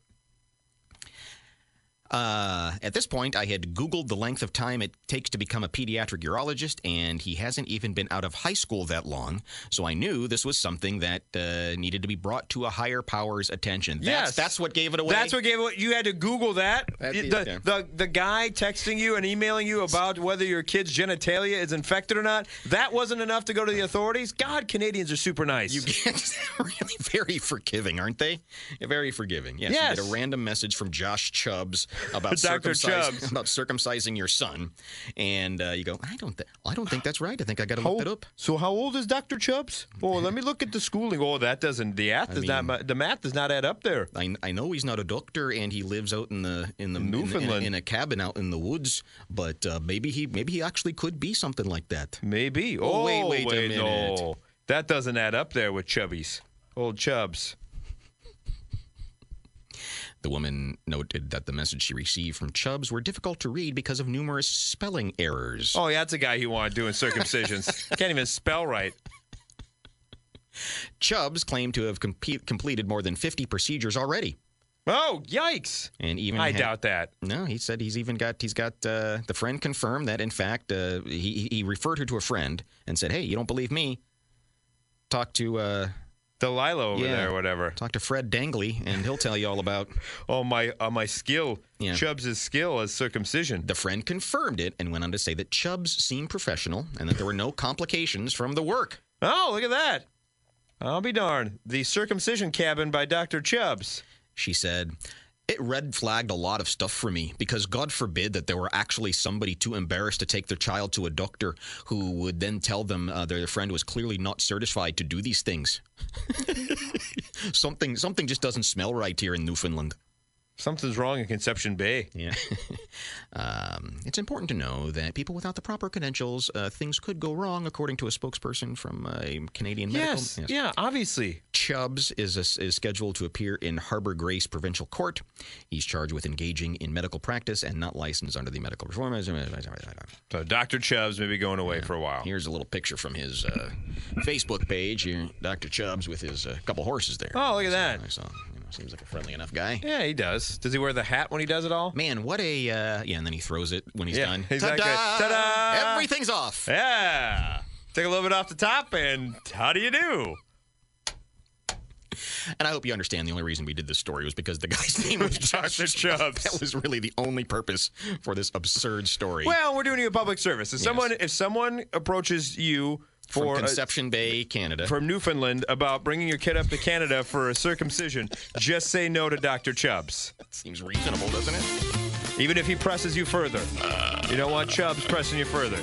Speaker 2: Uh, at this point, I had Googled the length of time it takes to become a pediatric urologist, and he hasn't even been out of high school that long. So I knew this was something that uh, needed to be brought to a higher power's attention. That's,
Speaker 1: Yes.
Speaker 2: that's what gave it away.
Speaker 1: That's what gave it. You had to Google that.
Speaker 2: That'd be-
Speaker 1: the,
Speaker 2: yeah.
Speaker 1: the the guy texting you and emailing you about whether your kid's genitalia is infected or not. That wasn't enough to go to the authorities. God, Canadians are super nice. You
Speaker 2: get really very forgiving, aren't they? Very forgiving. Yes.
Speaker 1: Yes.
Speaker 2: You get a random message from Josh Chubbs about
Speaker 1: Dr.
Speaker 2: circumcis-
Speaker 1: Chubbs.
Speaker 2: about circumcising your son, and uh, you go, I don't, th- I don't think that's right. I think I got to
Speaker 1: How-
Speaker 2: look that up.
Speaker 1: So how old is Dr. Chubbs? Oh, let me look at the schooling. Oh, that doesn't the math does not ma- the math does not add up there.
Speaker 2: I, I know he's not a doctor and he lives out in the in the in the- in a-
Speaker 1: Newfoundland.
Speaker 2: in, a cabin out in the woods, but uh, maybe he maybe he actually could be something like that.
Speaker 1: Maybe. Oh,
Speaker 2: Oh, wait, wait a minute.
Speaker 1: no. That doesn't add up there with Chubbies. Old Chubs.
Speaker 2: The woman noted that the message she received from Chubbs were difficult to read because of numerous spelling errors.
Speaker 1: Oh, yeah, that's a guy who wanted doing circumcisions. Can't even spell right.
Speaker 2: Chubbs claimed to have compe- completed more than 50 procedures already.
Speaker 1: Oh, yikes!
Speaker 2: And even
Speaker 1: I
Speaker 2: had-
Speaker 1: doubt that.
Speaker 2: No, he said he's even got he's got uh, the friend confirmed that in fact uh, he he referred her to a friend and said, "Hey, you don't believe me? Talk to uh,
Speaker 1: Delilah over there or whatever.
Speaker 2: Talk to Fred Dangley and he'll tell you all about
Speaker 1: oh my uh, my skill,
Speaker 2: yeah.
Speaker 1: Chubbs' skill as circumcision."
Speaker 2: The friend confirmed it and went on to say that Chubbs seemed professional and that there were no complications from the work.
Speaker 1: Oh, look at that. I'll be darned. The circumcision cabin by Dr. Chubbs.
Speaker 2: She said, It red flagged a lot of stuff for me because God forbid that there were actually somebody too embarrassed to take their child to a doctor who would then tell them uh, their friend was clearly not certified to do these things. something, something just doesn't smell right here in Newfoundland.
Speaker 1: Something's wrong in Conception Bay.
Speaker 2: Yeah. um, it's important to know that people without the proper credentials, uh, things could go wrong, according to a spokesperson from a Canadian medical.
Speaker 1: Yes, yeah, obviously.
Speaker 2: Chubbs is, is scheduled to appear in Harbor Grace Provincial Court. He's charged with engaging in medical practice and not licensed under the medical reform.
Speaker 1: So Dr. Chubbs may be going away for a while.
Speaker 2: Here's a little picture from his uh, Facebook page. Here, Dr. Chubbs with his uh, couple horses there.
Speaker 1: Oh, look at that.
Speaker 2: So, you know, seems like a friendly enough guy.
Speaker 1: Yeah, he does. Does he wear the hat when he does it all?
Speaker 2: Man, what a uh, yeah! And then he throws it when he's
Speaker 1: Yeah,
Speaker 2: done.
Speaker 1: exactly.
Speaker 2: Ta-da!
Speaker 1: Ta-da! Eh?
Speaker 2: Everything's off.
Speaker 1: Yeah. Take a little bit off the top, and how do you do?
Speaker 2: And I hope you understand the only reason we did this story was because the guy's name was Dr.
Speaker 1: Chubbs.
Speaker 2: That was really the only purpose for this absurd story.
Speaker 1: Well, we're doing you a public service. If
Speaker 2: Yes.
Speaker 1: someone if someone approaches you
Speaker 2: from
Speaker 1: for a-
Speaker 2: Conception Bay, Canada.
Speaker 1: from Newfoundland about bringing your kid up to Canada for a circumcision, just say no to Dr. Chubbs.
Speaker 2: Seems reasonable, doesn't it?
Speaker 1: Even if he presses you further. You don't want Chubbs pressing you further.